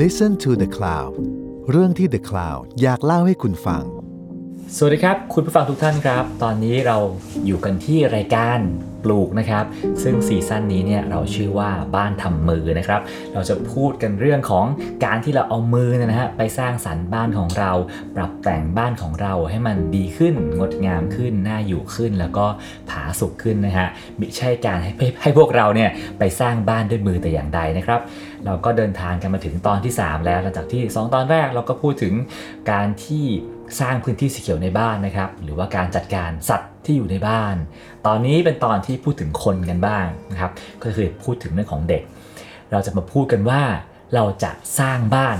Listen to the Cloud เรื่องที่ The Cloud อยากเล่าให้คุณฟัง สวัสดีครับ คุณผู้ฟังทุกท่านครับ ตอนนี้เราอยู่กันที่รายการปลูกนะครับ ซึ่งซีซั่นนี้เนี่ยเราชื่อว่าบ้านทำมือนะครับ เราจะพูดกันเรื่องของการที่เราเอามือเนยนะฮะไปสร้างสรรค์บ้านของเรา ปรับแต่งบ้านของเราให้มันดีขึ้น งดงามขึ้นน่าอยู่ขึ้น แล้วก็ผาสุกขึ้นนะฮะมิใช่การให้ ให้พวกเราเนี่ยไปสร้างบ้านด้วยมือแต่อย่างใดนะครับ เราก็เดินทางกันมาถึงตอนที่ 3 แล้วหลังจากที่ 2 ตอนแรกเราก็พูดถึงการที่สร้างพื้นที่สีเขียวในบ้านนะครับ หรือว่าการจัดการสัตว์ที่อยู่ในบ้าน ตอนนี้เป็นตอนที่พูดถึงคนกันบ้างนะครับ ก็คือพูดถึงเรื่องของเด็ก เราจะมาพูดกันว่าเราจะสร้างบ้าน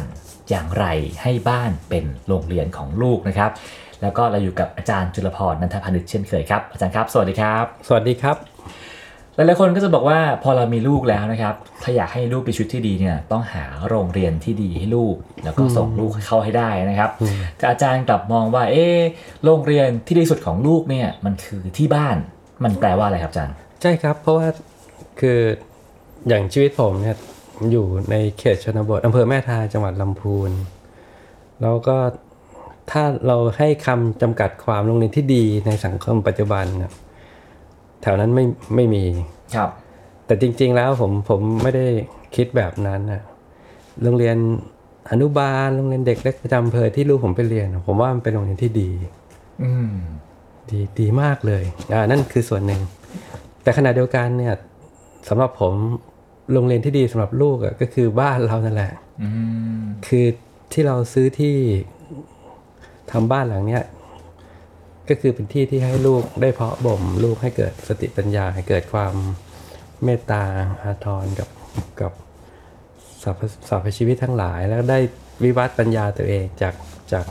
อย่างไรให้บ้านเป็นโรงเรียนของลูกนะครับ แล้วก็เราอยู่กับอาจารย์จุลพรนันทพานิชเช่นเคยครับอาจารย์ครับ สวัสดีครับ สวัสดีครับ หลายๆคนก็จะบอกว่าพอเรามีลูกแล้วนะครับ ถ้าอยากให้ลูกเป็นชุดที่ดีเนี่ยต้องหาโรงเรียนที่ดีให้ลูก แล้วก็ส่งลูกเข้าให้ได้นะครับแต่อาจารย์กลับมองว่า เอ๊ะโรงเรียนที่ดีสุดของลูกเนี่ยมันคือที่บ้าน มันแปลว่าอะไรครับอาจารย์ ใช่ครับ เพราะว่าคืออย่างชีวิตผมเนี่ยอยู่ในเขตชนบทอำเภอแม่ทาจังหวัดลำพูน แล้วก็ถ้าเราให้คำจำกัดความโรงเรียนที่ดีในสังคมปัจจุบันน่ะแถวนั้นไม่ไม่มี ครับ แต่จริง ๆ แล้วผมผมไม่ได้คิดแบบนั้นนะโรงเรียนอนุบาลโรงเรียนเด็กเล็กประจำอำเภอที่ลูกผมไปเรียน ผมว่ามันเป็นโรงเรียนที่ดี อืม ดีดีมากเลย อ่า นั่นคือส่วนหนึ่ง แต่ขณะเดียวกันเนี่ยสำหรับผมโรงเรียนที่ดีสำหรับลูกอะก็คือบ้านเรานั่นแหละ อืม คือที่เราซื้อที่ทำบ้านหลังเนี้ยก็คือเป็นที่ที่ให้ลูกได้เพาะบ่ม ลูกให้เกิดสติปัญญาให้เกิดความเมตตาอาทรกับกับสรรพสรรพชีวิตทั้งหลาย แล้วได้วิวัฒน์ปัญญาตัวเองจากจาก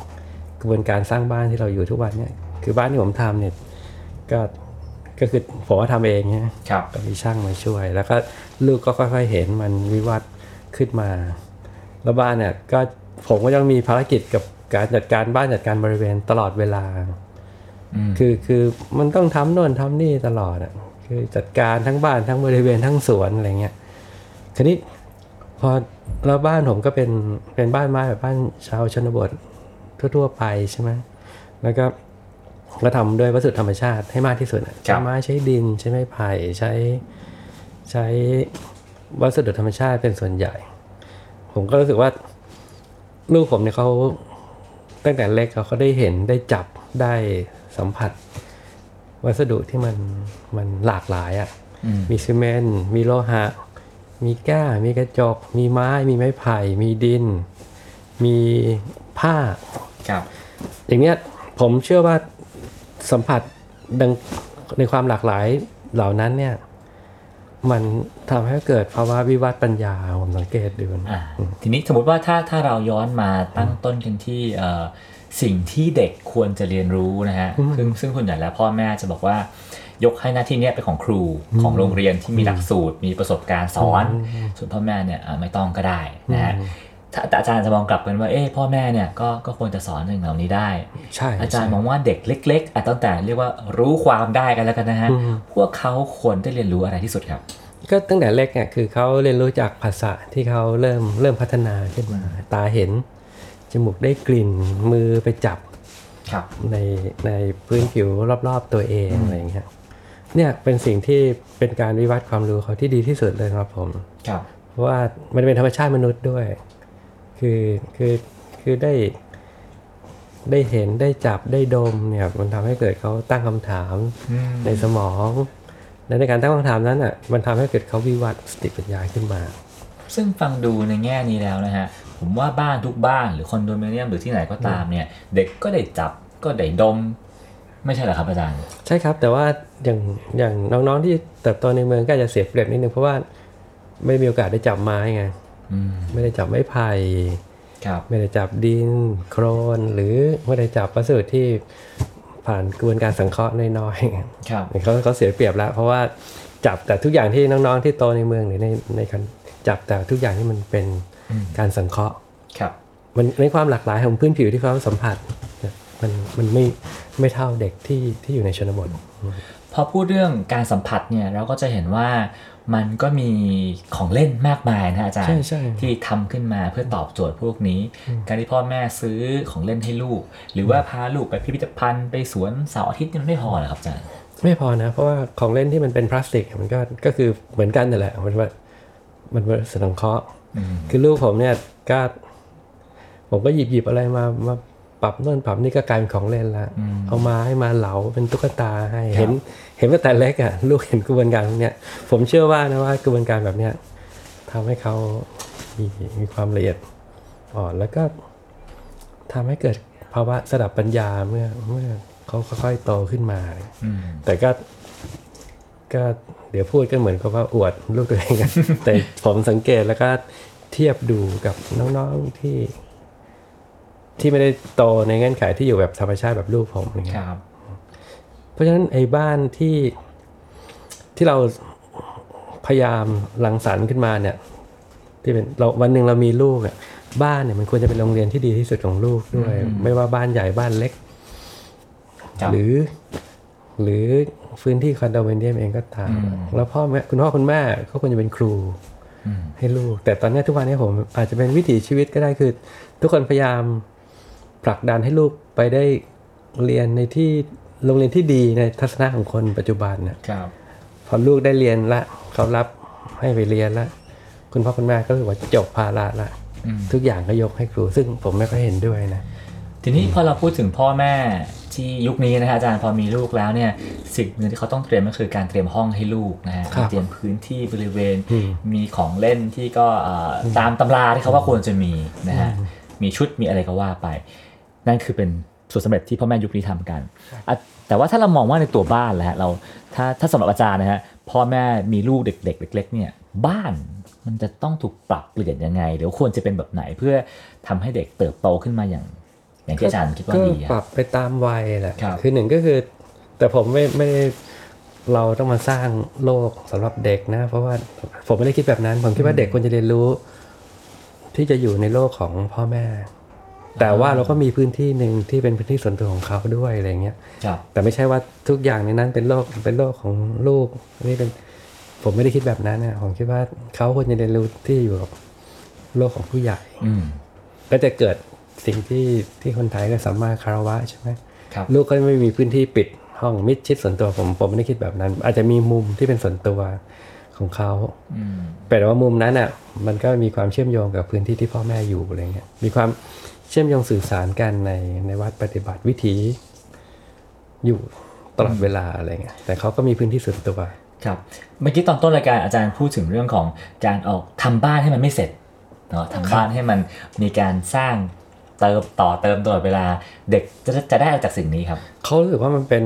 กระบวนการสร้างบ้านที่เราอยู่ทุกวันเนี่ยคือบ้านที่ผมทำเนี่ยก็ก็คือผมว่าทำเองเนี่ย ครับ ก็มีช่างมาช่วย แล้วก็ลูกก็ค่อยๆเห็นมันวิวัฒน์ขึ้นมา แล้วบ้านเนี่ยก็ผมก็ยังมีภารกิจกับการจัดการบ้านจัดการบริเวณตลอดเวลา อืม คือคือมันต้องทำโน่นทำนี่ตลอดอ่ะคือจัดการทั้งบ้านทั้งบริเวณทั้งสวนอะไรเงี้ยทีนี้พอแล้วบ้านผมก็เป็นเป็นบ้านไม้แบบบ้านชาวชนบททั่วๆไปใช่ไหมแล้วก็ก็ทำด้วยวัสดุธรรมชาติให้มากที่สุดอะใช้ไม้ใช้ดินใช้ไม้ไผ่ใช้ใช้วัสดุธรรมชาติเป็นส่วนใหญ่ ผมก็รู้สึกว่าลูกผมเนี่ยเขา ตั้งแต่เล็กเขาก็ได้เห็นได้จับได้สัมผัส วัสดุที่มันมันหลากหลายอะ่ะ อืม มีซีเมนต์มีโลหะ มีแก้วมีกระจก มีไม้ มีไม้ไผ่ มีดิน มีผ้า ครับ อย่างเนี้ยผมเชื่อว่าสัมผัสดังในความหลากหลายเหล่านั้นเนี่ย มันทำให้เกิดภาวะวิวัฒน์ปัญญาผมสังเกตดูนะ อ่าทีนี้สมมติว่าถ้าถ้าเราย้อนมาตั้งต้นกันที่เอ่อสิ่งที่เด็กควรจะเรียนรู้นะฮะซึ่งซึ่งคนใหญ่แล้วพ่อแม่จะบอกว่ายกให้หน้าที่เนี้ยเป็นของครูของโรงเรียนที่มีหลักสูตร มีประสบการณ์สอน ส่วนพ่อแม่เนี่ยอ่าไม่ต้องก็ได้นะฮะถ้าแต่อาจารย์จะมองกลับกันว่าเอ๊ะพ่อแม่เนี่ยก็ก็ควรจะสอนสิ่งเหล่านี้ได้ ใช่ อาจารย์ม ใช่ องว่าเด็กเล็กๆอ่ะตั้งแต่เรียกว่ารู้ความได้กันแล้วกันนะฮะ อืม พวกเขาควรได้เรียนรู้อะไรที่สุดครับ ก็ตั้งแต่เล็กเนี่ยคือเขาเรียนรู้จากภาษาที่เขาเริ่มเริ่มพัฒนาขึ้นมา ตาเห็น จมูกได้กลิ่นมือไปจับ ครับ ในในพื้นผิวรอบๆตัวเองอะไรอย่างเงี้ยเนี่ยเป็นสิ่งที่เป็นการวิวัฒน์ความรู้เขาที่ดีที่สุดเลยครับผม ครับ เพราะว่ามันเป็นธรรมชาติมนุษย์ด้วย คือคือคือได้ ได้เห็นได้จับได้ดมเนี่ย มันทำให้เกิดเขาตั้งคำถาม ในสมองและในการตั้งคำถามนั้นอ่ะมันทำให้เกิดเขาวิวัฒน์สติปัญญาขึ้นมา ซึ่งฟังดูในแง่นี้แล้วนะฮะ ผมว่าบ้านทุกบ้านหรือคอนโดมิเนียมหรือที่ไหนก็ตามเนี่ย เด็กก็ได้จับก็ได้ดม ไม่ใช่เหรอครับอาจารย์ ใช่ครับ แต่ว่าอย่างอย่างน้องๆที่เติบโตในเมืองก็อาจจะเสียเปรียบนิดนึงเพราะว่าไม่มีโอกาสได้จับไม้ไง อืม ไม่ได้จับไม้ไผ่ ครับ ไม่ได้จับดินโครน หรือไม่ได้จับวัสดุที่ผ่านกระบวนการสังเคราะห์น้อยๆไง ครับ เขาเขาเสียเปรียบแล้ว เพราะว่าจับแต่ทุกอย่างที่น้องๆที่โตในเมืองหรือในในคันจับแต่ทุกอย่างที่มันเป็น อืม การสังเคราะห์ ครับ มันในความหลากหลายของพื้นผิวที่เขาสัมผัสเนี่ยมันมันไม่ไม่เท่าเด็กที่ที่อยู่ในชนบท พอพูดเรื่องการสัมผัสเนี่ยเราก็จะเห็นว่า มันก็มีของเล่นมากมายนะฮะอาจาร ใช่ ย์ ใช่ ที่ทำขึ้นมาเพื่อตอบโจทย์พวกนี้ การที่พ่อแม่ซื้อของเล่นให้ลูก หรือว่าพาลูกไปพิพิธภัณฑ์ไปสวนเสาร์อาทิตย์นี่มันไม่พอเหรอครับอาจารย์ ไม่พอนะ เพราะว่าของเล่นที่มันเป็นพลาสติกมันก็ก็คือเหมือนกันนั่นแหละ มันว่ามันเป็นสนองเคราะห์ อืม คือลูกผมเนี่ยก็ผมก็หยิบหยิบอะไรมามาปรับนู่นปรับนี่ก็กลายเป็นของเล่นละเอามาให้มาเหลาเป็นตุ๊กตาให้เห็น เห็นว่าแต่เล็กอ่ะ ลูกเห็นกระบวนการพวกเนี้ยผมเชื่อว่านะว่ากระบวนการแบบเนี้ยทำให้เขามีมีความละเอียดอ่อนแล้วก็ทำให้เกิดภาวะสดับปัญญาเมื่อเมื่อเขาค่อยๆโตขึ้นมา อืม แต่ก็ก็เดี๋ยวพูดก็เหมือนกับว่าอวดลูกตัวเองกัน แต่ผมสังเกตแล้วก็เทียบดูกับน้องๆที่ ที่ไม่ได้โตในเงื่อนไขที่อยู่แบบธรรมชาติแบบลูกผมอย่าคงเงี้ย รับ เพราะฉะนั้นไอ้บ้านที่ที่เราพยายามรังสรรค์ขึ้นมาเนี่ย ที่เป็นเราวันหนึ่งเรามีลูกอ่ะบ้านเนี่ยมันควรจะเป็นโรงเรียนที่ดีที่สุดของลูกด้วย อืม ไม่ว่าบ้านใหญ่บ้านเล็ก ครับ หรือ หรือพื้นที่คอนโดมิเนียมเองก็ตาม อืม แล้วพ่อแม่คุณพ่อคุณแม่ก็ควรจะเป็นครู อืม ให้ลูก แต่ตอนเนี้ยทุกวันนี้ผมอาจจะเป็นวิถีชีวิตก็ได้คือ ทุกคนพยายามผลักดันให้ลูกไปได้เรียนในที่โรงเรียนที่ดีในทัศนะของคนปัจจุบันน่ะ ครับ พอลูกได้เรียนละเขารับให้ไปเรียนละคุณพ่อคุณแม่ก็รู้สึกว่าจบภาระละ อืม ทุกอย่างก็ยกให้ครู ซึ่งผมไม่ค่อยเห็นด้วยนะ ทีนี้พอเราพูดถึงพ่อแม่ที่ยุคนี้นะฮะอาจารย์พอมีลูกแล้วเนี่ย สิ่งหนึ่งที่เขาต้องเตรียมก็คือการเตรียมห้องให้ลูกนะฮะ ครับ เตรียมพื้นที่บริเวณ อืม มีของเล่นที่ก็เอ่ออตามตำราที่เขาว่าควรจะมีนะฮะมีชุดมีอะไรก็ว่าไป นั่นคือเป็นส่วนสำเร็จที่พ่อแม่ยุคนี้ทำกันอ่ะแต่ว่าถ้าเรามองว่าในตัวบ้านแหละฮะเราถ้าถ้าสำหรับอาจารย์นะฮะพ่อแม่มีลูกเด็กๆเล็กๆเนี่ยบ้านมันจะต้องถูกปรับเปลี่ยนยังไงหรือควรจะเป็นแบบไหนเพื่อทำให้เด็กเติบโตขึ้นมาอย่าง อย่างที่อาจารย์คิดว่าดี ก็ อะ ปรับไปตามวัยแหละ ครับ อหนึ่งก็คือ แต่ผมไม่ไม่ได้เราต้องมาสร้างโลกสำหรับเด็กนะ เพราะว่าผมไม่ได้คิดแบบนั้น ผมคิดว่าเด็กควรจะเรียนรู้ ที่จะอยู่ในโลกของพ่อแม่ แต่ว่า อ่า เราก็มีพื้นที่หนึ่งที่เป็นพื้นที่ส่วนตัวของเขาด้วยอะไรเงี้ย ครับ แต่ไม่ใช่ว่าทุกอย่างในนั้นเป็นโลกเป็นโลกของลูกนี่เป็นผมไม่ได้คิดแบบนั้นนะผมคิดว่าเขาควรจะเรียนรู้ที่อยู่กับโลกของผู้ใหญ่ อืม ก็จะเกิดสิ่งที่ที่คนไทยก็สามารถคารวะใช่ไหม ครับ ลูกก็ไม่มีพื้นที่ปิดห้องมิดชิดส่วนตัวผมผมไม่ได้คิดแบบนั้น อาจจะมีมุมที่เป็นส่วนตัวของเขา อืม แต่ว่ามุมนั้นอ่ะมันก็มีความเชื่อมโยงกับพื้นที่ที่พ่อแม่อยู่อะไรเงี้ยมีความเชื่อมโยงสื่อสารกันในในวัดปฏิบัติวิถีอยู่ตลอดเวลาอะไรเงี้ยแต่เขาก็มีพื้นที่ส่วนตัว ครับเมื่อกี้ตอนต้นรายการอาจารย์พูดถึงเรื่องของการออกทำบ้านให้มันไม่เสร็จเนาะทำบ้านให้มันมีการสร้างเติมต่อเติมตลอดเวลาเด็กจะจะได้อะไรจากสิ่งนี้ครับ เขารู้สึกว่ามันเป็น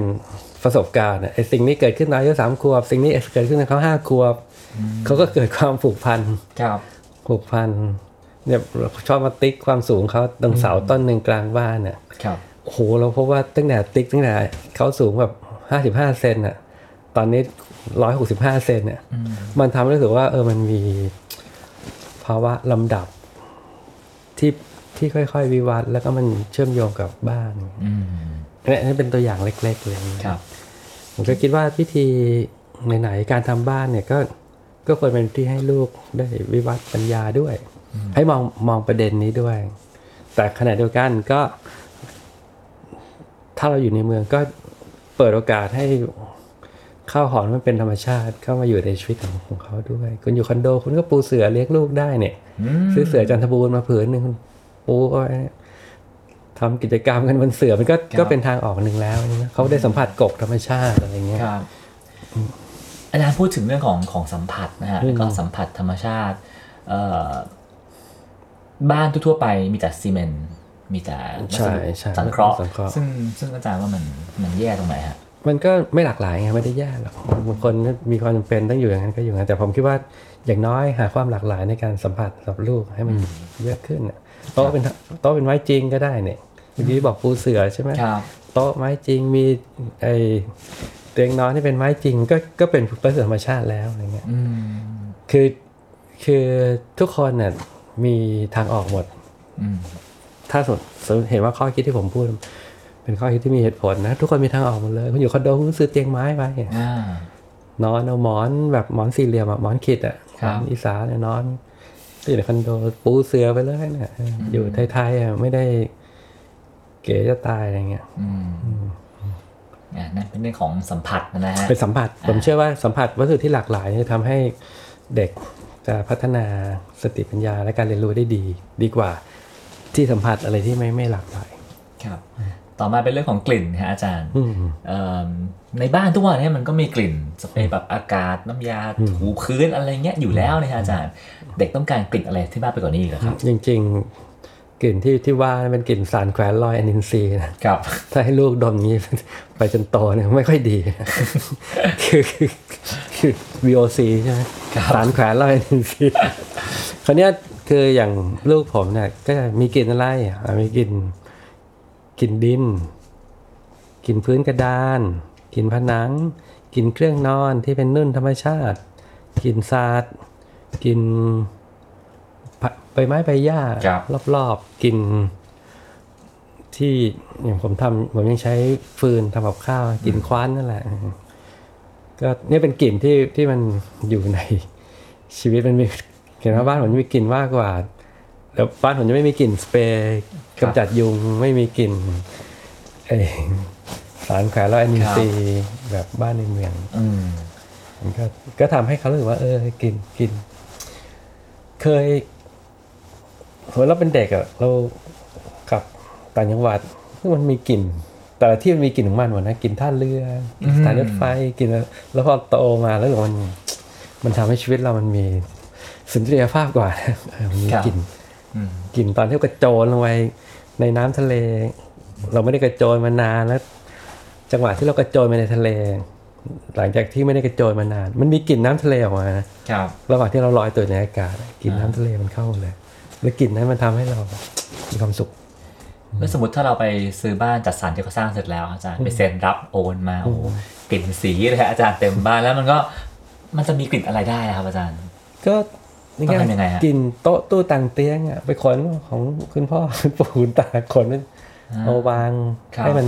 ประสบการณ์อะไอ้สิ่งนี้เกิดขึ้นตอนอายุสามขวบ สิ่งนี้เกิดขึ้นตอนเขาห้าขวบเขาก็เกิดความผูกพัน ครับ ผูกพันเนี่ยเราชอบมาติ๊กความสูงเขาตรงเสาต้นหนึ่งกลางบ้านเนี่ย ครับ โอ้โหเราพบว่าตั้งแต่ติ๊กตั้งแต่เขาสูงแบบห้าสิบห้าเซนน่ะตอนนี้ร้อยหกสิบห้าเซนเนี่ยมันทำให้รู้สึกว่าเออมันมีภาวะลำดับที่ที่ค่อยๆ วิวัฒน์แล้วก็มันเชื่อมโยงกับบ้าน อืม เนี่ยนี่เป็นตัวอย่างเล็กๆเลยนะ ครับ ผมก็คิดว่าพิธีไหนๆการทำบ้านเนี่ยก็ก็ควรเป็นที่ให้ลูกได้วิวัฒน์ปัญญาด้วย ให้มองมองประเด็นนี้ด้วย แต่ขณะเดียวกันก็ ถ้าเราอยู่ในเมืองก็เปิดโอกาสให้ข้าวหอมมันเป็นธรรมชาติ เข้ามาอยู่ในชีวิตของของเขาด้วยคุณอยู่คอนโดคุณก็ปูเสือเลี้ยงลูกได้เนี่ย ม ซื้อเสือจันทบูรณ์มาผืนหนึ่งคุณปูเอาไว้เนี่ยทำกิจกรรมกันบนเสือมันก็ก็เป็นทางออกหนึ่งแล้วนะเขาได้สัมผัสกบธรรมชาติอะไรเงี้ย ครับอาจารย์พูดถึงเรื่องของของสัมผัสนะฮะแล้วก็ อืม สัมผัสธรรมชาติเอ่อบ้านทั่วๆไปมีแต่ซีเมนต์มีแต่วัส ใช่ ดุ ใช่ สังเคราะห์ สังเคราะห์ ซึ่งซึ่งอาจารย์ว่ามันมันแย่ตรงไหนฮะ มันก็ไม่หลากหลายไงไม่ได้แย่หรอกบางคนมีความจำเป็นต้องอยู่อย่างนั้นก็อยู่อย่างนั้นแต่ผมคิดว่าอย่างน้อยหาความหลากหลายในการสัมผัสกับลูกให้มันเยอะขึ้นน่ะโต๊ะเป็นโต๊ะเป็นไม้จริงก็ได้เนี่ยเมื่อกี้บอกปูเสือใช่ไหม ครับ โต๊ะไม้จริงมีไอเตียงนอนที่เป็นไม้จริงก็ก็เป็นประเสริฐธรรมชาติแล้วอะไรเงี้ย อืม คือคือทุกคนน่ะมีทางออกหมด อืม ถ้าสมสมเห็นว่าข้อคิดที่ผมพูด เป็นข้อคิดที่มีเหตุผลนะ ทุกคนมีทางออกหมดเลยคุณอยู่คอนโดคุณซื้อเตียงไม้ไป อ่า นอนเอาหมอนแบบหมอนสี่เหลี่ยมอะหมอนขิดอะ ครับ หมอนอีสานเนี่ยนอนอยู่ในคอนโดปูเสือไปเลยเนี่ยเอออยู่ไทยๆอะไม่ได้เก๋จะตายอะไรเงี้ย อืมอ่ะนั่นเป็นเรื่องของสัมผัสนะฮะ เป็นสัมผัส ผมเชื่อว่าสัมผัสวัสดุที่หลากหลายเนี่ยทำให้เด็กจะพัฒนาสติปัญญาและการเรียนรู้ได้ดี ดีกว่าที่สัมผัสอะไรที่ไม่ไม่หลากหลาย ครับ ต่อมาเป็นเรื่องของกลิ่นฮะอาจารย์ อืม เอิ่มในบ้านทุกวันเนี้มันก็มีกลิ่นสเปรย์แบบอากาศน้ำยาถูพื้นอะไรเงี้ยอยู่แล้วนะฮะอาจารย์ เด็กต้องการกลิ่นอะไรที่มากไปกว่านี้อีกเหรอครับ จริงๆ กลิ่นที่ที่ว่าเป็นกลิ่นสารแขวนลอยอนินทรีย์นะครับ ถ้าให้ลูกดมอย่างนี้ ไปจนโตเนี่ยไม่ค่อยดี นะคือคือคือ VOC ใช่ไหม ครับ สารแขวนลอยอนินทรีย์ คราวเนี้ยคืออย่างลูกผมเนี่ยก็จะมีกลิ่นอะไรอ่ะมีกลิ่นกลิ่นดินกลิ่นพื้นกระดานกลิ่นผนังกลิ่นเครื่องนอนที่เป็นนุ่นธรรมชาติกลิ่นสาดกลิ่น ใบไม้ใบหญ้า ครับ รอบๆกิน ที่อย่างผมทำผมยังใช้ฟืนทำกับข้าวกินคว้านนั่นแหละก็เนี่ยเป็นกลิ่นที่ที่มันอยู่ใน ชีวิตมันมีเห็นว่าบ้านผมจะมีกลิ่นมากกว่า แล้วบ้านผมจะไม่มีกลิ่นสเปรย์กำจัดยุงไม่มีกลิ่นไอสารแขวนแล้วแอนินซีย์แบบบ้านในเมือง อืม มันก็ก็ทำให้เขารู้สึกว่า เออกินกิน เคยสมมติเราเป็นเด็กอะเรากลับต่างจังหวัดซึ่งมันมีกลิ่น แต่ละที่มันมีกลิ่นของมันหมดนะกลิ่นท่าเรือกลิ่นสถานรถไฟกลิ่นแล้วแล้วพอโตมาแล้วรู้สึกว่ามัน มันทำให้ชีวิตเรามันมีสุนทรียภาพกว่า นะเออมันมี ครับ กลิ่น อืม กลิ่นตอนที่กระโจนลงไปในน้ำทะเล เราไม่ได้กระโจนมานานแล้ว จังหวะที่เรากระโจนไปในทะเล หลังจากที่ไม่ได้กระโจนมานาน มันมีกลิ่นน้ำทะเลออกมานะครับ ระหว่างที่เราลอยตัวอยู่ในอากาศกลิ่นน้ำทะเลมันเข้าเลย แล้วกลิ่นนั้นมันทำให้เรามีความสุข แล้วสมมติถ้าเราไปซื้อบ้านจัดสรรที่เขาสร้างเสร็จแล้วอาจารย์ไปเซ็นรับโอนมาโอ้โหกลิ่นสีเลยฮะอาจารย์เต็มบ้านแล้วมันก็มันจะมีกลิ่นอะไรได้อะครับอาจารย์ ก็ ต้องทำยังไงฮะ กลิ่นโต๊ะตู้ต่างเตียงอะไปขนของคุณพ่อ คุณปู่คุณตาขนมันเอาวาง ครับ ให้มัน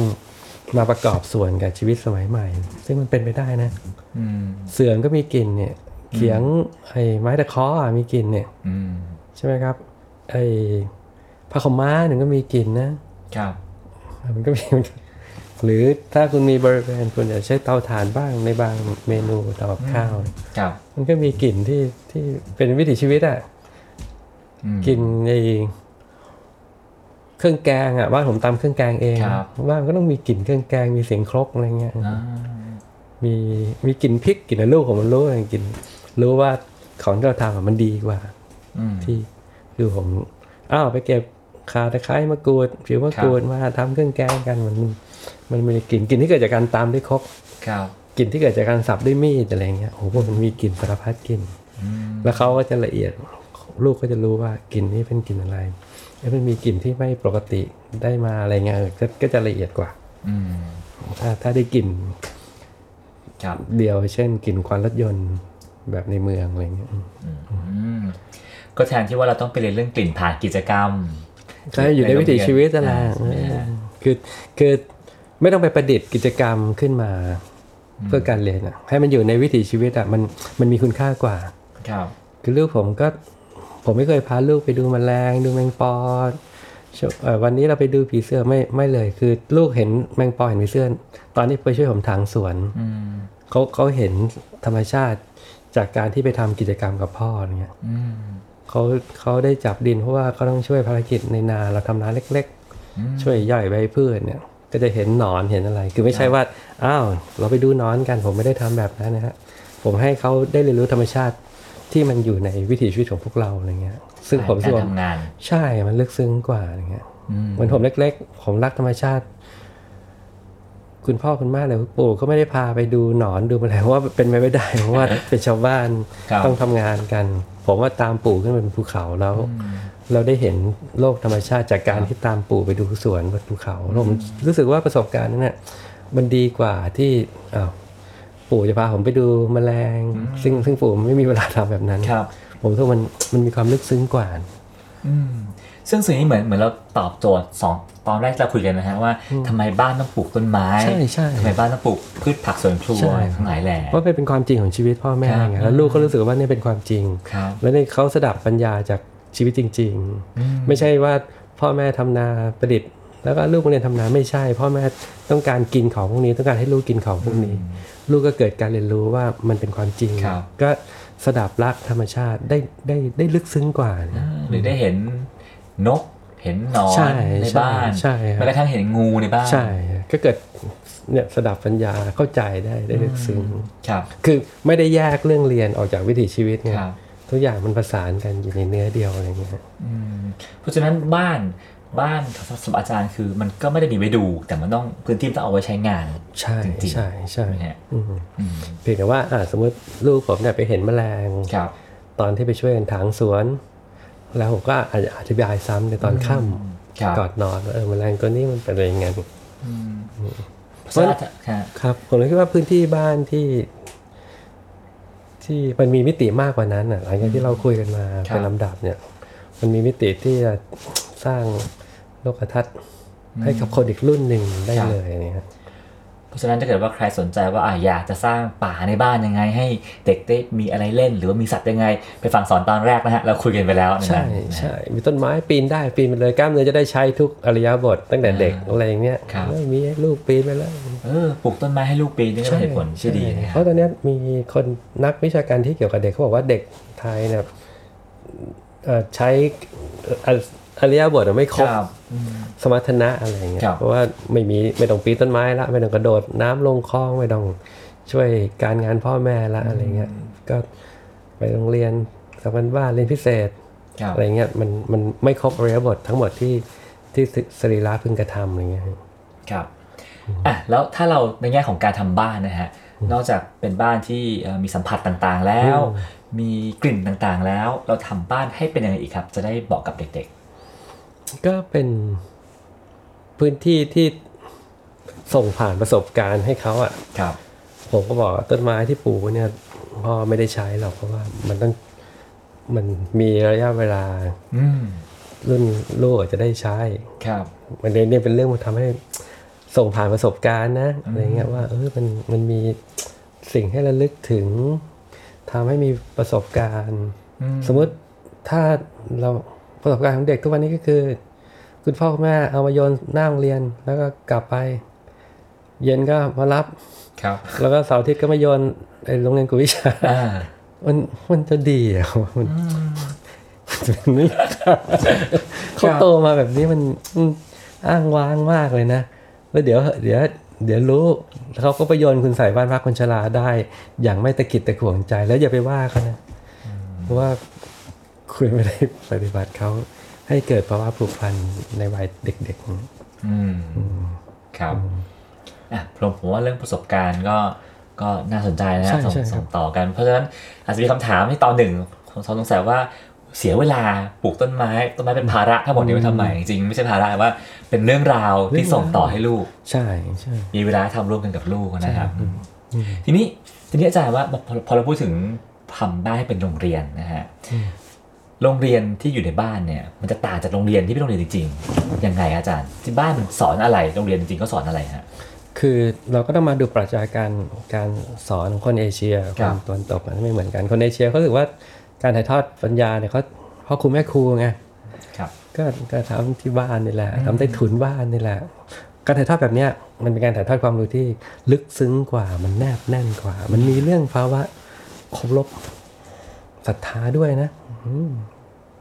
มาประกอบส่วนกับชีวิตสมัยใหม่ ซึ่งมันเป็นไปได้นะ อืม เสื่อมก็มีกลิ่นเนี่ย เขียงไอ้ไม้ตะเคออะมีกลิ่นเนี่ย อืม ใช่ไหมครับไอ้ผ้าขาวม้าหนึ่งก็มีกลิ่นนะครับ มันก็มี หรือถ้าคุณมีบริเวณคุณจะใช้เตาถ่านบ้างในบางเมนูเตากับข้าว ครับ มันก็มีกลิ่นที่ที่เป็นวิถีชีวิตอ่ะ อืม กลิ่นไอ้เครื่องแกงอ่ะบ้านผมตำเครื่องแกงเอง ครับ บ้านมันก็ต้องมีกลิ่นเครื่องแกงมีเสียงครกอะไรเงี้ย อ่า มีมีกลิ่นพริกกลิ่นอะไรลูกผมมันรู้กลิ่นรู้ว่าของที่เราทำอะมันดีกว่า อืม ที่คือผมอ้าวไปเก็บขาตะไคร้มะกรูด ผิวมะกรูดมาทำเครื่องแกงกันมันมันมีกลิ่นกลิ่นที่เกิดจากการตามด้วยครก ครับ กลิ่นที่เกิดจากการสับด้วยมีดอะไรเงี้ยโอ้โหมันมีกลิ่นสารพัดกลิ่น อืม แล้วเขาก็จะละเอียด ลูกก็จะรู้ว่ากลิ่นนี้เป็นกลิ่นอะไรแล้วมันมีกลิ่นที่ไม่ปกติได้มาอะไรเงี้ยเออก็ก็จะละเอียดกว่า อืม ถ้าถ้าได้กลิ่น ครับ เดียวเช่นกลิ่นควันรถยนต์แบบในเมืองอะไรเงี้ยอืม อืม ก็แทนที่ว่าเราต้องไปเรียนเรื่องกลิ่นผ่านกิจกรรม ก็อยู่ในวิถีชีวิตนั่นแหละ ใช่ไหมฮะ คือคือไม่ต้องไปประดิษฐ์กิจกรรมขึ้นมา เพื่อการเรียนอะให้มันอยู่ในวิถีชีวิตอะมันมันมีคุณค่ากว่า ครับ คือลูกผมก็ผมไม่เคยพาลูกไปดูแมลงดูแมงปอชเอ่อวันนี้เราไปดูผีเสื้อไม่ไม่เลย คือลูกเห็นแมงปอเห็นผีเสื้อตอนที่ไปช่วยผมถางสวน อืม เขาเขาเห็นธรรมชาติจากการที่ไปทำกิจกรรมกับพ่อเนี่ย อืม เขาเขาได้จับดินเพราะว่าเขาต้องช่วยภารกิจในนาเราทำนาเล็ก อืม ๆ ช่วยย่อยใบพืชเนี่ย ก็จะเห็นหนอนเห็นอะไร คือไม่ใช่ว่าอ้าวเราไปดูหนอนกันผมไม่ได้ทำแบบนั้นนะฮะผมให้เขาได้เรียนรู้ธรรมชาติที่มันอยู่ในวิถีชีวิตของพวกเราอะไรเงี้ย ซึ่งผมรู้สึ กากร ว่า ทำงาน ใช่มันลึกซึ้งกว่าอะไรเงี้ย อืม เหมือนผมเล็กๆ ผมรักธรรมชาติ คุณพ่อคุณแม่เลยคุณปู่ก็ไม่ได้พาไปดูหนอนดูอะไรเพราะว่าเป็นไปไม่ได้ เพราะว่าเป็นชาวบ้าน ครับ ต้องทำงานกัน ผมว่าตามปู่ขึ้นไปบนภูเขาแล้ว เราได้เห็นโลกธรรมชาติจากการที่ตามปู่ไปดูสวนบนภูเขาแล้วผมรู้สึกว่าประสบการณ์นั้นน่ะมันดีกว่าที่อ้าวปู่จะพาผมไปดูแมลง ซึ่งซึ่งปู่ไม่มีเวลาทำแบบนั้น ครับ ผมรู้สึกว่ามันมันมีความลึกซึ้งกว่า อืม ซึ่งสิ่งนี้เหมือนเหมือนเราตอบโจทย์สองตอนแรกเราคุยกันนะฮะว่าทำไมบ้านต้องปลูกต้นไม้ ใช่ใช่ ทำไมบ้านต้องปลูกพืชผักสวนครั ใช่ วทั้งหลายแหล่ เพราะมันเป็นความจริงของชีวิตพ่อแม่ ครับ ไง อืม แล้วลูกก็รู้สึกว่าเนี่ยเป็นความจริง ครับ แล้วเนี่ยเขาสดับปัญญาจากชีวิตจริง อืม ๆ ไม่ใช่ว่าพ่อแม่ทำนาประดิษฐ์ แล้วก็ลูกมาเรียนทำนาไม่ใช่ พ่อแม่ต้องการกินของพวกนี้ ต้องการให้ลูกกินของพวกนี้ ลูกก็เกิดการเรียนรู้ว่ามันเป็นความจริง ครับ ก็สดับรักธรรมชาติได้ได้ได้ลึกซึ้งกว่านะ อ่าหรือได้เห็นนกเห็นหนอน ใช่ ใน ใช่ บ้าน ใช่ครับ แม้กระทั่งเห็นงูในบ้าน ใช่ก็เกิดเนี่ยสดับปัญญาเข้าใจได้ได้ลึกซึ้ง ครับ คือไม่ได้แยกเรื่องเรียนออกจากวิถีชีวิตไง ครับ ทุกอย่างมันประสานกันอยู่ในเนื้อเดียวอะไรเงี้ย อืมเพราะฉะนั้นบ้านบ้านสำหรับอาจารย์คือ มันก็ไม่ได้มีไว้ดู แต่มันต้องพื้นที่ต้องเอาไว้ใช้งาน ใช่ จริงๆ ใช่ใช่ นะฮะ อืม อืม เพียงแต่ว่าอ่ะสมมติลูกผมเนี่ยไปเห็นแมลง ครับ ตอนที่ไปช่วยกันถางสวน แล้วผมก็อาจจะอธิบายซ้ำในตอนค่ ครับ ำก่อนนอนว่าเออแมลงตัวนี้มันเป็นยังไง อืมเพราะฉะนั้นอาจารย์ครับ ครับ ผมเลยคิดว่าพื้นที่บ้านที่ ที่มันมีมิติมากกว่านั้นอ่ะหลังจากที่เราคุยกันมา ครับ เป็นลำดับเนี่ย มันมีมิติที่จะสร้างโลกทัศน์ ให้กับคนอีกรุ่นหนึ่งได้ ครับ เลยเนี่ย เพราะฉะนั้นถ้าเกิดว่าใครสนใจว่าอ่ะอยากจะสร้างป่าในบ้านยังไง ให้เด็กได้มีอะไรเล่น หรือว่ามีสัตว์ยังไง ไปฟังสอนตอนแรกนะฮะเราคุยกันไปแล้วนะ ใช่ใช่มีต้นไม้ปีนได้ปีนไปเลยกล้ามเนื้อจะได้ใช้ทุกอริยบทตั้งแต่เด็กอะไรอย่างเงี้ยไม่มีให้ลูกปีนไปแล้ว เออปลูกต้นไม้ให้ลูกปีนนี่ก็เป็นเหตุผลที่ดีนะค เพ รับ ราะตอนเนี้ยมีคนนักวิชาการที่เกี่ยวกับเด็กเขาบอกว่าเด็กไทยเนี่ยเอ่อใช้เอ่ออริยบทอะไม่ครบ ครับอืม สมรรถนะอะไรอย่างเงี้ย ครับ เพราะว่าไม่มีไม่ต้องปีนต้นไม้ละไม่ต้องกระโดดน้ำลงคลองไม่ต้องช่วยการงานพ่อแม่ละอะไรเงี้ยก็ไปโรงเรียนทำกันบ้านเรียนพิเศษ ครับ อะไรเงี้ยมันมันไม่ครบอริยบททั้งหมดที่ที่สสรีระพึงกระทำอะไรเงี้ยฮะ ครับอ่ะแล้วถ้าเราในแง่ของการทำบ้านนะฮะนอกจากเป็นบ้านที่เอ่อมีสัมผัสต่างๆแล้ว มีกลิ่นต่างๆแล้ว เราทำบ้านให้เป็นยังไงอีกครับ จะได้บอกกับเด็ก ก็เป็นพื้นที่ที่ส่งผ่านประสบการณ์ให้เขาอะ่ะ ๆ ครับ ผมก็บอกว่าต้นไม้ที่ปลูกไว้เนี่ยพ่อไม่ได้ใช้หรอกเพราะว่ามันต้องมันมีระยะเวลา อืม รุ่นลูกอาจจะได้ใช้ ครับ มันเนี่ยเนี่ยเป็นเรื่องมันทำให้ส่งผ่านประสบการณ์นะอะไรเงี้ยว่าเออมันมันมีสิ่งให้ระลึกถึงทำให้มีประสบการณ์ อืม สมมติถ้าเราประสบการณ์ของเด็กทุกวันนี้ก็คือ คุณพ่อคุณแม่เอามาโยนหน้าโรงเรียนแล้วก็กลับไป เย็นก็มารับ ครับ แล้วก็เสาร์อาทิตย์ก็มาโยนไอ้โรงเรียนกุวิชา อ่า มันมันจะดีอ่ะมันมันไม่ เขาโตมาแบบนี้มันมันอ้างว้างมากเลยนะแล้วเดี๋ยว เดี๋ยว เดี๋ยวรู้แล้วเขาก็ไปโยนคุณใส่บ้านพักคนชราได้ อย่างไม่ตะกิดตะขวงใจ แล้วอย่าไปว่าเขานะเพราะว่าคุณไม่ได้ปฏิบัติเขาให้เกิดภาวะผูกพันในวัยเด็ก อืมครับอ่ะผมผมว่าเรื่องประสบการณ์ก็ก็น่าสนใจนะฮะส่งส่งต่อกัน เพราะฉะนั้นอาจจะมีคำถามที่ตอนหนึ่งผมสงสัยว่าเสียเวลาปลูกต้นไม้ต้นไม้เป็นภาระถ้าบอกนี้ไว้ทำไมจริงๆไม่ใช่ภาระแต่ว่าเป็นเรื่องราวที่ส่งต่อให้ลูก ๆ ใช่ใช่ มีเวลาทำร่วมกันกับลูกนะครับทีนี้ทีนี้อาจารย์ว่าพอพอเราพูดถึงทำบ้านให้เป็นโรงเรียนนะฮะโรงเรียนที่อยู่ในบ้านเนี่ย มันจะต่างจากโรงเรียนที่เป็นโรงเรียนจริงๆยังไงอาจารย์ ที่บ้านมันสอนอะไรโรงเรียนจริงๆเขาสอนอะไรฮะ คือเราก็ต้องมาดูปรัชญาการการสอนของคนเอเชีย ค ครับ นตะวันตกมันไม่เหมือนกันคนเอเชียเขาถือว่าการถ่ายทอดปัญญาเนี่ยเขาพ่อครูแม่ครูไง ครับ ก็ก็ทำที่บ้านนี่แหละทำใต้ถุนบ้านนี่แหละ การถ่ายทอดแบบเนี้ยมันเป็นการถ่ายทอดความรู้ที่ลึกซึ้งกว่ามันแนบแน่นกว่า มันมีเรื่องภาวะเคารพศรัทธาด้วยนะอืม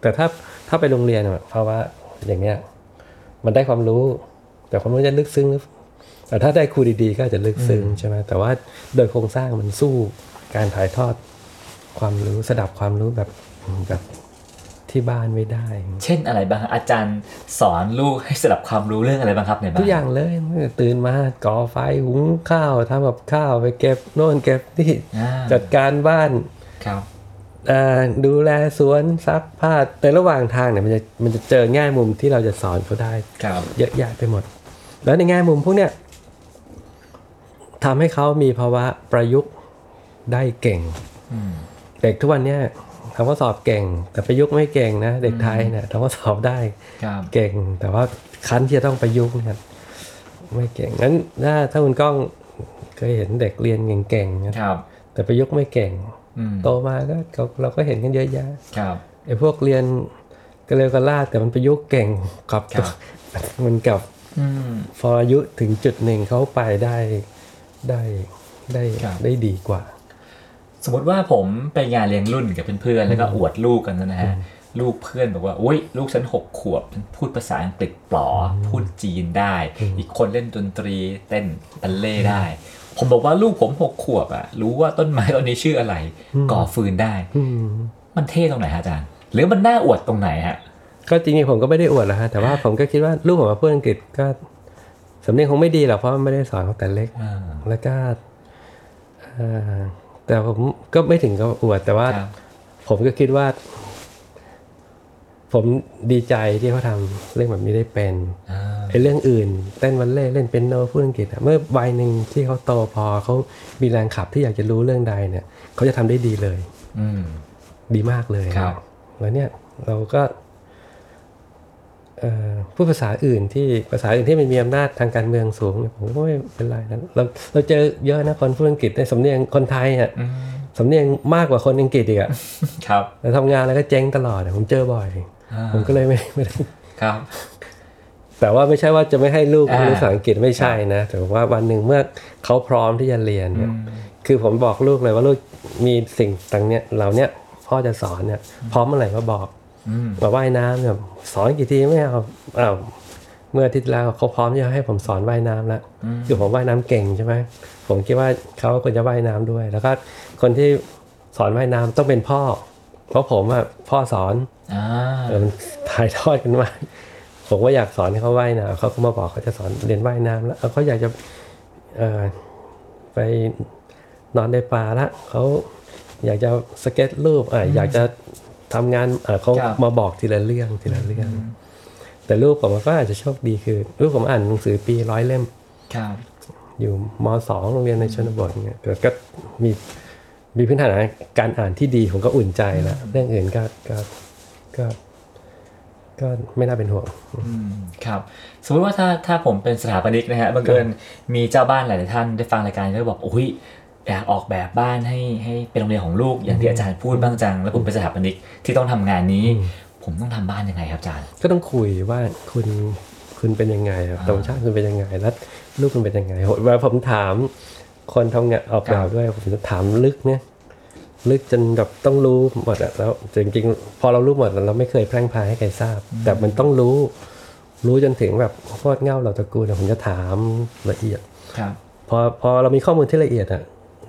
แต่ถ้าถ้าไปโรงเรียนอะภาวะอย่างเนี้ย มันได้ความรู้ แต่ความรู้จะลึกซึ้งหรือแต่ถ้าได้ครูดีๆ ก็อาจจะลึกซึ้งใช่ไหมแต่ว่าโดยโครงสร้างมันสู้การถ่ายทอดความรู้สดับความรู้แบบแบบที่บ้านไม่ได้ เช่นอะไรบ้างฮะอาจารย์สอนลูกให้สลับความรู้เรื่องอะไรบ้างครับในบ้าน ทุกอย่างเลยตื่นมาก่อไฟหุงข้าวทำกับข้าวไปเก็บโน่นเก็บนี่ อ่า จัดการบ้าน ครับ เอ่อดูแลสวนซักผ้าแต่ระหว่างทางเนี่ยมันจะมันจะเจอแง่มุมที่เราจะสอนเขาได้ ครับ เยอะแยะไปหมด แล้วในแง่มุมพวกเนี้ยทำให้เขามีภาวะประยุกต์ได้เก่ง อืม เด็กทุกวันเนี้ย ถามว่าสอบเก่ง แต่ประยุกต์ไม่เก่งนะ เด็กไทยเนี่ยถามว่าสอบได้ ครับ เก่งแต่ว่าคั้นที่จะต้องประยุกต์เนี่ยไม่เก่งงั้นถ้าถ้าคุณก้องเคยเห็นเด็กเรียนเก่งๆนะครับ แต่ประยุกต์ไม่เก่ง อืม โตมาก็เราเราก็เห็นกันเยอะแยะ ครับ ไอ้พวกเรียนกระเลวกระลาดแต่มันประยุกต์เก่งกลับ ครับ มันกลับ อืม พออายุถึงจุดหนึ่งเขาไปได้ได้ได้ ครับ ได้ดีกว่า สมมติว่าผมไปงานเลี้ยงรุ่นกับเพื่อนๆ แล้วก็อวดลูกกันนะฮะ ลูกเพื่อนบอกว่าอุ้ยลูกฉันหกขวบฉันพูดภาษาอังกฤษปลออพูดจีนได้ อีกคนเล่นดนตรีเต้นบัลเล่ต์ได้ ผมบอกว่าลูกผมหกขวบอะรู้ว่าต้นไม้ต้นนี้ชื่ออะไร ก่อฟืนได้ อืม มันเท่ตรงไหนฮะอาจารย์ หรือมันน่าอวดตรงไหนฮะ ก็จริงๆผมก็ไม่ได้อวดหรอกฮะแต่ว่าผมก็คิดว่าลูกผมมาพูดอังกฤษก็สำเนียงคงไม่ดีหรอกเพราะมันไม่ได้สอนเขาแต่เล็ก อ่า แล้วก็เอ่อแต่ผมก็ไม่ถึงกับอวด แต่ว่า ครับ ผมก็คิดว่า ผมดีใจที่เขาทำเรื่องแบบนี้ได้เป็น อ่า ไอ้เรื่องอื่น เต้นวันเล่เล่นเป็นโนพูดอังกฤษอะเมื่อวัยหนึ่งที่เขาโตพอเขามีแรงขับที่อยากจะรู้เรื่องใดเนี่ยเขาจะทำได้ดีเลย อืม ดีมากเลย ครับ แล้วเนี่ยเราก็เอ่อพูดภาษาอื่นที่ภาษาอื่นที่มันมีอำนาจทางการเมืองสูงเนี่ยผมก็ไม่เป็นไรนะเราเราเจอเยอะนะคนพูดอังกฤษในสำเนียงคนไทยอ่ะ อืม สำเนียงมากกว่าคนอังกฤษอีกอ่ะ ครับ แล้วทำงานแล้วก็เจ๊งตลอดอะผมเจอบ่อย อ่า ผมก็เลยไม่ไม่ได้ ครับ แต่ว่าไม่ใช่ว่าจะไม่ให้ลูก อ่า เรียนภาษาอังกฤษไม่ใช่นะแต่ว่าวันหนึ่งเมื่อเขาพร้อมที่จะเรียนเนี่ย คือผมบอกลูกเลยว่าลูกมีสิ่งต่างเนี้ยเราเนี้ยพ่อจะสอนเนี่ย พร้อมเมื่อไหร่ก็บอก อืม มาว่ายน้ำเนี่ยสอนกี่ทีไม่เอาเอาวเมื่ออาทิตย์แล้วเขาพร้อมที่จะให้ผมสอนว่ายน้ำแล้ว อืม คือผมว่ายน้ำเก่งใช่ไหมผมคิดว่าเขาควรจะว่ายน้ำด้วย แล้วก็คนที่สอนว่ายน้ำต้องเป็นพ่อ เพราะผมอะพ่อสอน อ่า เออมันถ่ายทอดกันมาผมก็อยากสอนให้เขาว่ายน้ำเขาก็มาบอกเขาจะสอนเรียนว่ายน้ำแล้วเอาเขาอยากจะเออ ไปนอนในป่าละเขาอยากจะสเก็ตรูปอ่ะอยากจะทำงานอ่ะเขามาบอกทีละเรื่องทีละเรื่อง แต่ลูกผมก็อาจจะโชคดีคือลูกผมอ่านหนังสือปีร้อยเล่ม ครับ อยู่มสองโรงเรียนในชนบทเงี้ยแต่ก็มีมีพื้นฐานการอ่านที่ดีผมก็อุ่นใจละเรื่องอื่นก็ก็ก็ ก็ไม่น่าเป็นห่วง อืมครับสมมติว่าถ้าถ้าผมเป็นสถาปนิกนะฮะบังเอิญมีเจ้าบ้านหลายๆท่านได้ฟังรายการก็บอกอุ้ยอยากออกแบบบ้านให้ให้เป็นโรงเรียนของลูกอย่างที่อาจารย์พูดบ้างจัง แล้วผมเป็นสถาปนิกที่ต้องทำงานนี้ ผมต้องทำบ้านยังไงครับอาจารย์ ก็ต้องคุยว่าคุณคุณเป็นยังไงครับธรรมชาติคุณเป็นยังไงแล้วลูกคุณเป็นยังไงเวลาผมถามคนทำงานออกแบ ครับ บ ด้วยผมจะถามลึกเนี่ยลึกจนแบบต้องรู้หมดอะแล้วจริงๆ พอเรารู้หมดเราไม่เคยแพร่งพรายให้ใครทราบ แต่มันต้องรู้ รู้จนถึงแบบโคตรเง่าเหล่าตระกูลอะผมจะถามละเอียด ครับ พอพอเรามีข้อมูลที่ละเอียดอะ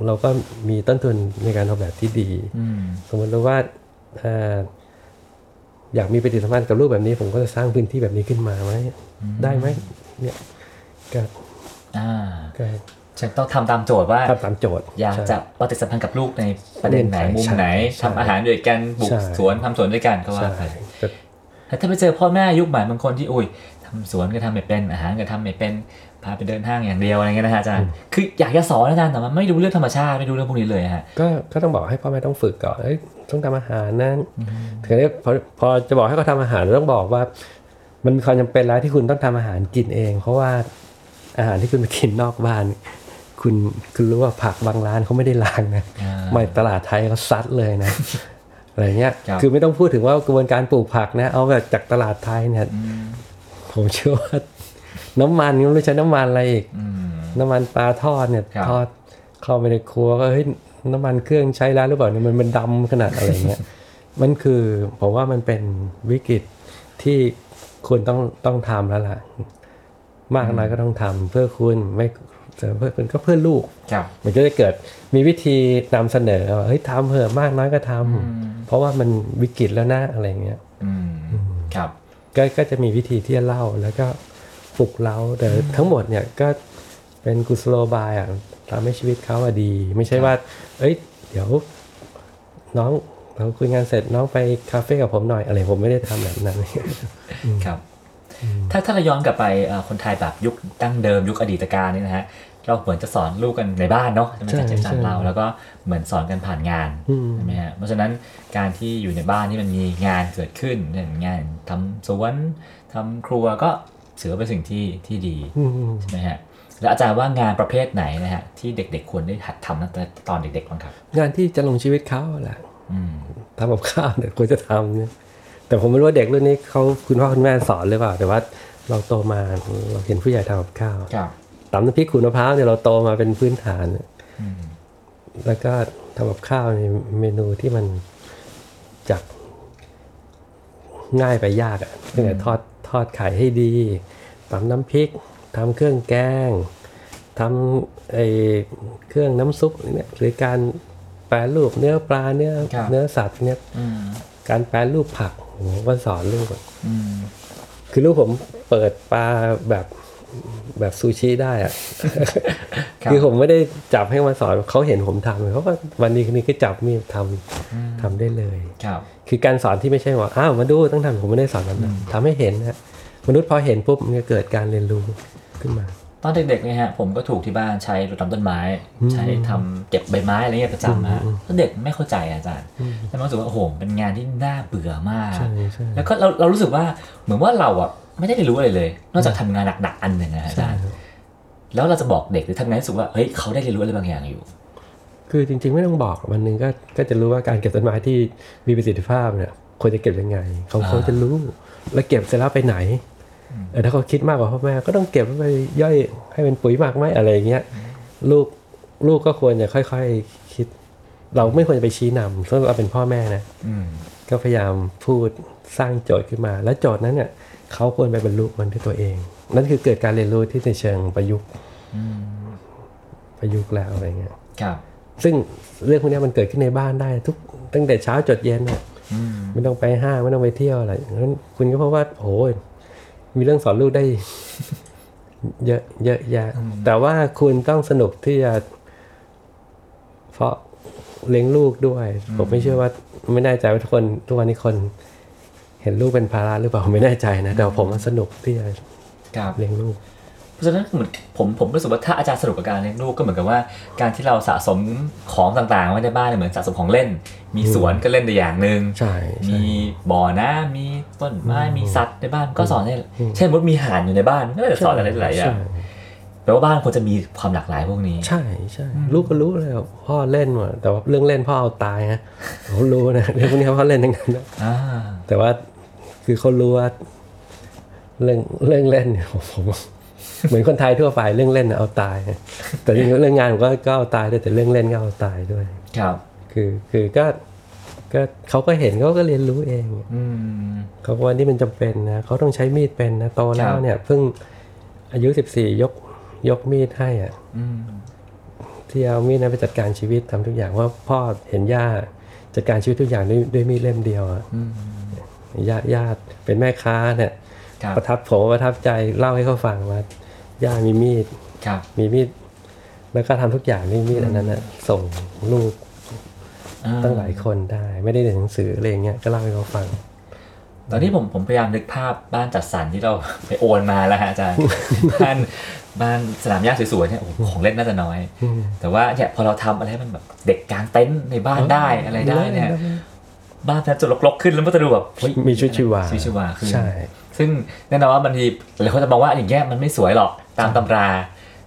เราก็มีต้นทุนในการออกแบบที่ดี อืม สมมติว่าเอ่ออยากมีปฏิสัมพันธ์กับรูปแบบนี้ ผมก็จะสร้างพื้นที่แบบนี้ขึ้นมาไหมได้ไหมเนี่ยก็ อ่า ก็ ฉันต้องทำตามโจทย์ว่า ทำตามโจทย์ อยาก ใช่ จะปฏิสัมพันธ์กับลูกในประเด็นไหน ใช่ มุมไหน ใช่ ทำอาหารด้วยกันบุก ใช่ สวนทำสวนด้วยกันก็ว่า ใช่ ไป ก็ แต่ถ้าไปเจอพ่อแม่ยุคใหม่บางคนที่อุ้ยทำสวนก็ทำไม่เป็นอาหารก็ทำไม่เป็นพาไปเดินห้างอย่างเดียวอะไรเงี้ยนะฮะอาจารย์ คืออยากจะสอนอาจารย์แต่มันไม่รู้เรื่องธรรมชาติไม่รู้เรื่องพวกนี้เลยฮะ ก็ก็ต้องบอกให้พ่อแม่ต้องฝึกก่อนเอ้ยต้องทำอาหารนะถึงนี้พอพอจะบอกให้เขาทำอาหารต้องบอกว่า มันมีความจำเป็นแล้วที่คุณต้องทำอาหารกินเอง เพราะว่าอาหารที่คุณไปกินนอกบ้าน คุณคุณรู้ว่าผักบางร้านเขาไม่ได้ล้างนะ ไม่ตลาดไทยเขาซัดเลยนะ อะไรเงี้ย ครับ คือไม่ต้องพูดถึงว่ากระบวนการปลูกผักนะ เอาแบบจากตลาดไทยเนี่ยผมเชื่อว่าน้ำมันก็ไม่รู้ใช้น้ำมันอะไรอีก อืม น้ำมันปลาทอดเนี่ย ครับ ทอดเข้าไปในครัวก็เฮ้ยน้ำมันเครื่องใช้แล้วหรือเปล่าเนี่ยมันมันดำขนาดอะไรเงี้ย มันคือผมว่ามันเป็นวิกฤตที่คุณต้องต้องทำแล้วล่ะ มากน้อยก็ต้องทำเพื่อคุณไม่เพื่อคุณก็เพื่อลูก ครับ มันก็จะเกิดมีวิธีนำเสนอว่าเฮ้ยทำเหอะมากน้อยก็ทำ ม เพราะว่ามันวิกฤตแล้วนะอะไรเงี้ย อืมครับ ก็ก็จะมีวิธีที่จะเล่าแล้วก็ปลุกเราแต่ทั้งหมดเนี่ยก็เป็นกุศโลบายอ่ะทำให้ชีวิตเขาอะดี ไม่ใช่ว่า เอ้ย เดี๋ยว น้องเราคุยงานเสร็จน้องไปคาเฟ่กับผมหน่อยอะไรผมไม่ได้ทำแบบนั้น ครับ ถ้าถ้าเราย้อนกลับไปเอ่อคนไทยแบบยุคดั้งเดิมยุคอดีตการนี่นะฮะ เราเหมือนจะสอนลูกกันในบ้านเนาะใช่ไหมอาจารย์ ใช่ เจมส์จัน ใช่ เราแล้วก็เหมือนสอนกันผ่านงาน อืม ใช่ไหมฮะเพราะฉะนั้นการที่อยู่ในบ้านที่มันมีงานเกิดขึ้นอย่างงานทำสวนทำครัวก็ถือว่าเป็นสิ่งที่ที่ดี อืม ใช่ไหมฮะแล้วอาจารย์ว่างานประเภทไหนนะฮะที่เด็กๆควรได้หัดทำตั้งแต่ตอนเด็กๆบ้างครับ งานที่จะลงชีวิตเขาแหละ อืม ทำกับข้าวเนี่ยคว รจะทำเนี่ยแต่ผมไม่รู้ว่าเด็กรุ่นนี้เขาคุณพ่อคุณแม่สอนหรือเปล่า แต่ว่าเราโตมาเราเห็นผู้ใหญ่ทำกับข้าว ครับ ตำน้ำพริกขูดมะพร้าวเนี่ยเราโตมาเป็นพื้นฐาน อืม แล้วก็ทำกับข้าวในเมนูที่มันจากง่ายไปยากอะตั้งแต่ทอดทอดไข่ให้ดีตำน้ำพริกทำเครื่องแกงทำไอเครื่องน้ำซุปเนี่ยหรือการแปรรูปเนื้อปลาเนื้อเนื้อสัตว์เนี่ย อืม การแปรรูปผักผมก็สอนลูกอะ อืม คือลูกผมเปิดปลาแบบแบบซูชิได้อะ รับ คือผมไม่ได้จับให้มาสอนเขาเห็นผมทำเขาก็วันนี้คืนนี้ก็จับมีดท อืม ำทำได้เลย ครับ คือการสอนที่ไม่ใช่ว่าอ้าวมาดูต้องทำผมไม่ได้สอนแบบนั้นทำให้เห็นนะมนุษย์พอเห็นปุ๊บมันก็เกิดการเรียนรู้ขึ้นมา ตอนเด็กๆเนี่ยฮะผมก็ถูกที่บ้านใช้รดน้ำต้นไม้ ใช้ทำเก็บใบไม้อะไรเงี้ยประจำฮะแล้วเด็กไม่เข้าใจอาจารย์แล้วมันรู้สึกว่าโอ้โหเป็นงานที่น่าเบื่อมาก ใช่ใช่ แล้วก็เราเรารู้สึกว่าเหมือนว่าเราอ่ะไม่ได้เรียนรู้อะไรเลย นอกจากทำงานหนักๆอันหนึ่งนะฮะอาจารย์แล้วเราจะบอกเด็กหรือทำไงให้รู้สึกว่าเฮ้ยเขาได้เรียนรู้อะไรบางอย่างอยู่ คือจริง ๆ ไม่ต้องบอกวันหนึ่งก็ก็จะรู้ว่าการเก็บต้นไม้ที่มีประสิทธิภาพเนี่ยควรจะเก็บยังไงเขาเขาจะรู้แล้วเก็บเสร็จแล้วไปไหนเออถ้าเขาคิดมากกว่าพ่อแม่ก็ต้องเก็บไปย่อยให้เป็นปุ๋ยหมักไหมอะไรอย่างเงี้ยลูกลูกก็ควรจะค่อยๆคิด เราไม่ควรจะไปชี้นำถ้าเราเป็นพ่อแม่นะ อืม ก็พยายามพูดสร้างโจทย์ขึ้นมา แล้วโจทย์นั้นเนี่ยเขาควรไปบรรลุมันด้วยตัวเอง นั่นคือเกิดการเรียนรู้ที่ในเชิงประยุกต์ อืม ประยุกต์แล้วอะไรเงี้ย ครับ ซึ่งเรื่องพวกเนี้ยมันเกิดขึ้นในบ้านได้ ทุกตั้งแต่เช้าจดเย็นน่ะ อืม ไม่ต้องไปห้างไม่ต้องไปเที่ยวอะไรนั้นคุณก็เพราะว่าโอ้ยมีเรื่องสอนลูกได้ เยอะเยอะแยะแต่ว่าคุณต้องสนุกที่จะเพราะเลี้ยงลูกด้วย ผมไม่เชื่อว่าไม่แน่ใจว่าทุกคนทุกวันนี้คน เห็นลูกเป็นภาระหรือเปล่าผมไม่แน่ใจนะแต่ว่าผมว่าสนุกที่จะ ครับ เลี้ยงลูก เพราะฉะนั้นเหมือนผมผมรู้สึกว่าถ้าอาจารย์สรุปกับการเลี้ยงลูกก็เหมือนกับว่าการที่เราสะสมของต่างๆไว้ในบ้านเนี่ยเหมือนสะสมของเล่น มีสวนก็เล่นในอย่างหนึ่ง ใช่ใช่ มีบ่อน้ำมีต้นไม้มีสัตว์ในบ้านก็สอนได้เช่นมดมีห่านอยู่ในบ้านก็น่าจะสอนอะไรได้หลายอย่างแปลว่าบ้านควรจะมีความหลากหลายพวกนี้ ใช่ใช่ลูกก็รู้เลยว่าพ่อเล่นหมดแต่ว่าเรื่องเล่นพ่อเอาตายนะเขารู้นะ เรื่องพวกนี้พ่อเล่นทั้งนั้นนะ อ่า แต่ว่าคือเขารู้ว่าเรื่องเรื่องเล่นเนี่ยผมผมเหมือนคนไทยทั่วไปเรื่องเล่นน่ะเอาตายนะแต่จริงๆเรื่องงานผมก็ก็เอาตายด้วยแต่เรื่องเล่นก็เอาตายด้วย ครับ คือคือก็ก็เขาก็เห็นเขาก็เรียนรู้เอง อืม เขาบอกว่านี่มันจำเป็นนะเขาต้องใช้มีดเป็นนะโตแล้ คว รับ เนี่ยเพิ่งอายุสิบสี่ยกยกมีดให้อ่ะ อืม ที่เอามีดนั้นไปจัดการชีวิตทำทุกอย่างว่าพ่อเห็นย่าจัดการชีวิตทุกอย่างด้วยด้วยมีดเล่มเดียวอะ อืม ญาติญาติเป็นแม่ค้าเนี่ย ครับ ประทับผมประทับใจเล่าให้เขาฟังว่าย่ามีมีด ครับ มีมีด แล้วก็ทำทุกอย่างด้วยมีดอันนั้นนะส่งลูก อ่ ตั้งหลายคนได้ ไม่ได้เรียนหนังสืออะไรอย่างเงี้ยก็เล่าให้เขาฟัง ตอนนี้ผมผมพยายามนึกภาพบ้านจัดสรรที่เรา ไปโอนมาแล้วฮะอาจารย์ บ้านบ้านสนามหญ้าสวยๆเนี่ยโอ้โหของเล่นน่าจะน้อย แต่ว่าเนี่ยพอเราทำอะไรให้มันแบบเด็กกลางเต็นท์ในบ้านได้อะไรได้เนี่ยบ้านจะรกๆขึ้นแล้วมันจะดูแบบเฮ้ย มีชีวิตชีวา ชีวิตชีวาขึ้น ใช่ ซึ่งแน่นอนว่าบางทีหลายคนจะมองว่าอย่างเงี้ยมันไม่สวยหรอกตามตำรา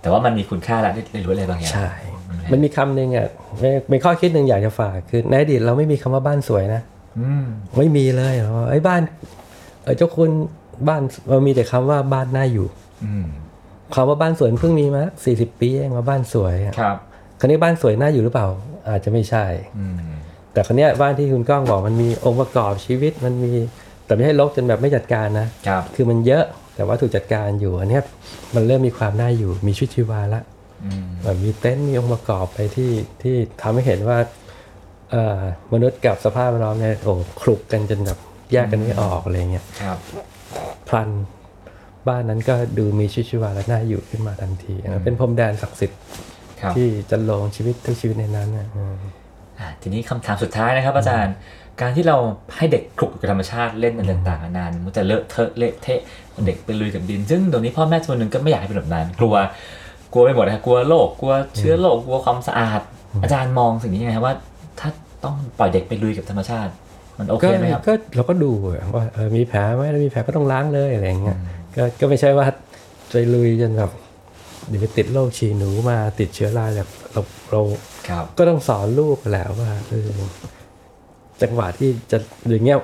แต่ว่ามันมีคุณค่าและได้ได้รู้อะไรบางอย่าง ใช่ มันมีคำหนึ่งอ่ะเป็นข้อคิดหนึ่งอยากจะฝากคือในอดีตเราไม่มีคำว่าบ้านสวยนะ อืม ไม่มีเลยเหรอไอ้ยบ้านเอ่อเจ้าคุณบ้านมันมีแต่คำว่าบ้านน่าอยู่ อืม คำว่าบ้านสวยเพิ่งมีมาสี่สิบปีเองว่าบ้านสวยอะ ครับ คราวนี้บ้านสวยน่าอยู่หรือเปล่า อาจจะไม่ใช่ อืม แต่คราวเนี้ยบ้านที่คุณก้องบอกมันมีองค์ประกอบชีวิตมันมี แต่ไม่ให้ลกจนแบบไม่จัดการนะ ครับ คือมันเยอะแต่ว่าถูกจัดการอยู่อันเนี้ยมันเริ่มมีความน่าอยู่มีชีวิตชีวาละ อืม แบบมีเต็นท์มีองค์ประกอบไปที่ที่ทำให้เห็นว่าเอ่อมนุษย์กับสภาพแวดล้อมเนี่ยโอ้คลุกกันจนแบบแยกกันไม่ออกอะไรเงี้ย ครับ พลันบ้านนั้นก็ดูมีชีวิตชีวาและน่าอยู่ขึ้นมาทันทีนะเป็นพรมแดนศักดิ์สิทธิ์ ครับ ที่จะลงชีวิตทุกชีวิตในนั้นนะอืม อ่ะทีนี้คำถามสุดท้ายนะครับอาจารย์ การที่เราให้เด็กคลุกอยู่กับธรรมชาติเล่นอะไรต่างๆนานมันจะเลอะเทอะเละเทะเด็กไปลุยกับดิน ซึ่งตรงนี้พ่อแม่ส่วนหนึ่งก็ไม่อยากให้เป็นแบบนั้นกลัว กลัวไปหมดนะครับกลัวโรคกลัวเชื้อโรคกลัวความสะอาด อาจารย์มองสิ่งนี้ยังไงครับว่า ถ้าต้องปล่อยเด็กไปลุยกับธรรมชาติ มันโอเค ก็ ไหมครับ ก็เราก็ดูอะว่าเออมีแผลไหมถ้ามีแผลก็ต้องล้างเลยอะไรอย่างเงี้ยก็ก็ไม่ใช่ว่าไปลุยจนแบบเดี๋ยวไปติดโรคฉี่หนูมาติดเชื้อราแบบเราเรา ครับ ก็ต้องสอนลูกแหละว่าเออจังหวะที่จะอย่างเงี้ย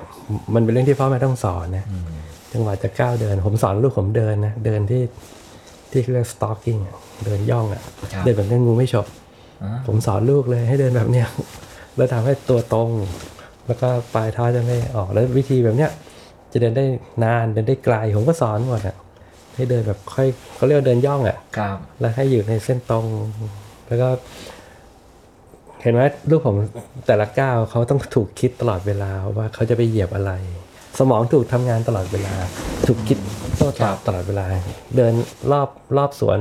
มันเป็นเรื่องที่พ่อแม่ต้องสอนนะจังหวะจะก้าวเดิน ผมสอนลูกผมเดินนะเดินที่ที่เรียก stalking อะเดินย่องอะ ครับ เดินแบบเนี้ยงูไม่ฉก อ่า ผมสอนลูกเลยให้เดินแบบเนี้ย แล้วทำให้ตัวตรง แล้วก็ปลายเท้าจะไม่ออกแล้ววิธีแบบเนี้ย จะเดินได้นานเดินได้ไกลผมก็สอนหมดอ่ะให้เดินแบบค่อยเขาเรียกว่าเดินย่องอ่ะ ครับ แล้วให้อยู่ในเส้นตรง แล้วก็ เห็นไหมลูกผมแต่ละก้าวเขาต้องถูกคิดตลอดเวลาว่าเขาจะไปเหยียบอะไร สมองถูกทำงานตลอดเวลา ถูกคิดโต้ตอบตลอดเวลา เดินรอบรอบสวน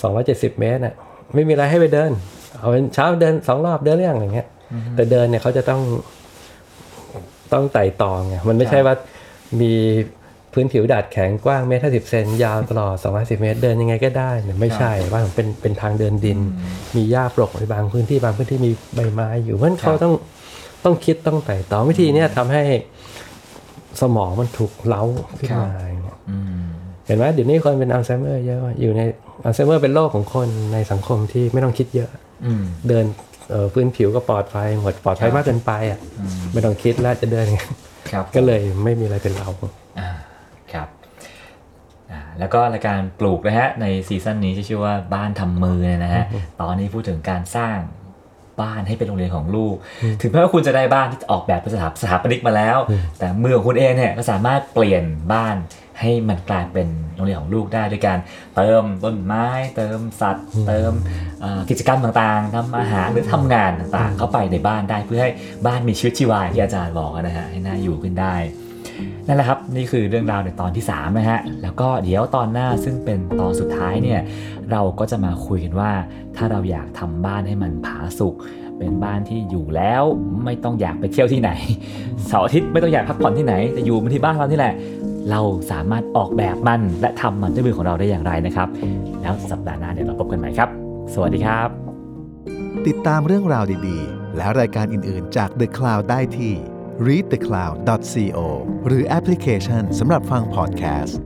สองร้อยเจ็ดสิบเมตรน่ะ ไม่มีอะไรให้ไปเดิน เอาเป็นเช้าเดินสองรอบเดินเรื่องอะไรเงี้ย แต่เดินเนี่ยเขาจะต้อง ต้องไต่ตองไงมันไม่ใช่ว่ามีพื้นผิวดาดแข็งกว้างเมตรห้าสิบเซนยาวตลอดสองร้อยสิบเมตรเดินยังไงก็ได้เนี่ยไม่ใช่ว่าผมเป็นเป็นทางเดินดิน มีหญ้าปลกในบางพื้นที่บางพื้นที่มีใบไม้อยู่เพราะฉะนั้น ครับ เขาต้องต้องคิดต้องไต่ตองวิธีเนี้ยทำให้สมองมันถูกเล้าขึ้นมาอย่างเงี้ย อืม เห็นไหมเดี๋ยวนี้คนเป็นอัลไซเมอร์เยอะอยู่ในอัลไซเมอร์เป็นโรคของคนในสังคมที่ไม่ต้องคิดเยอะ อืม เดินเอ่อพื้นผิวก็ปลอดภัยหมดปลอดภัยมากเกินไปอ่ะ อืม ไม่ต้องคิดแล้วจะเดิน ยังไง ครับ ก็เลยไม่มีอะไรเป็นเรา อ่าครับอ่าแล้วก็รายการปลูกนะฮะในซีซั่นนี้จะชื่อว่าบ้านทำมือเนี่ยนะฮะตอนนี้พูดถึงการสร้างบ้านให้เป็นโรงเรียนของลูก ถึงแม้ว่าคุณจะได้บ้านที่ออกแบบเป็นสถาสถาปนิกมาแล้ว แต่มือของคุณเองเนี่ยก็สามารถเปลี่ยนบ้านให้มันกลายเป็นโรงเรียนของลูกได้ด้วยการเติมต้นไม้ เติมสัตว์ เติมเอ่อกิจกรรมต่างๆทำอาหารหรือทำงานต่างๆ เข้าไปในบ้านได้เพื่อให้บ้านมีชีวิตชีวาอย่างที่อาจารย์บอกนะฮะให้น่าอยู่ขึ้นได้ นั่นแหละครับ นี่คือเรื่องราวในตอนที่ 3 นะฮะ แล้วก็เดี๋ยวตอนหน้าซึ่งเป็นตอนสุดท้ายเนี่ย เราก็จะมาคุยกันว่า ถ้าเราอยากทำบ้านให้มันผาสุก เป็นบ้านที่อยู่แล้วไม่ต้องอยากไปเที่ยวที่ไหน เสาร์อาทิตย์ไม่ต้องอยากพักผ่อนที่ไหน แต่อยู่มันที่บ้านเรานี่แหละ เราสามารถออกแบบมันและทำมันด้วยมือของเราได้อย่างไรนะครับ แล้วสัปดาห์หน้าเดี๋ยวเราพบกันใหม่ครับ สวัสดีครับ ติดตามเรื่องราวดีๆ และรายการอื่นๆจาก The Cloud ได้ที่ readthecloud.co หรือแอปพลิเคชันสำหรับฟังพอดแคสต์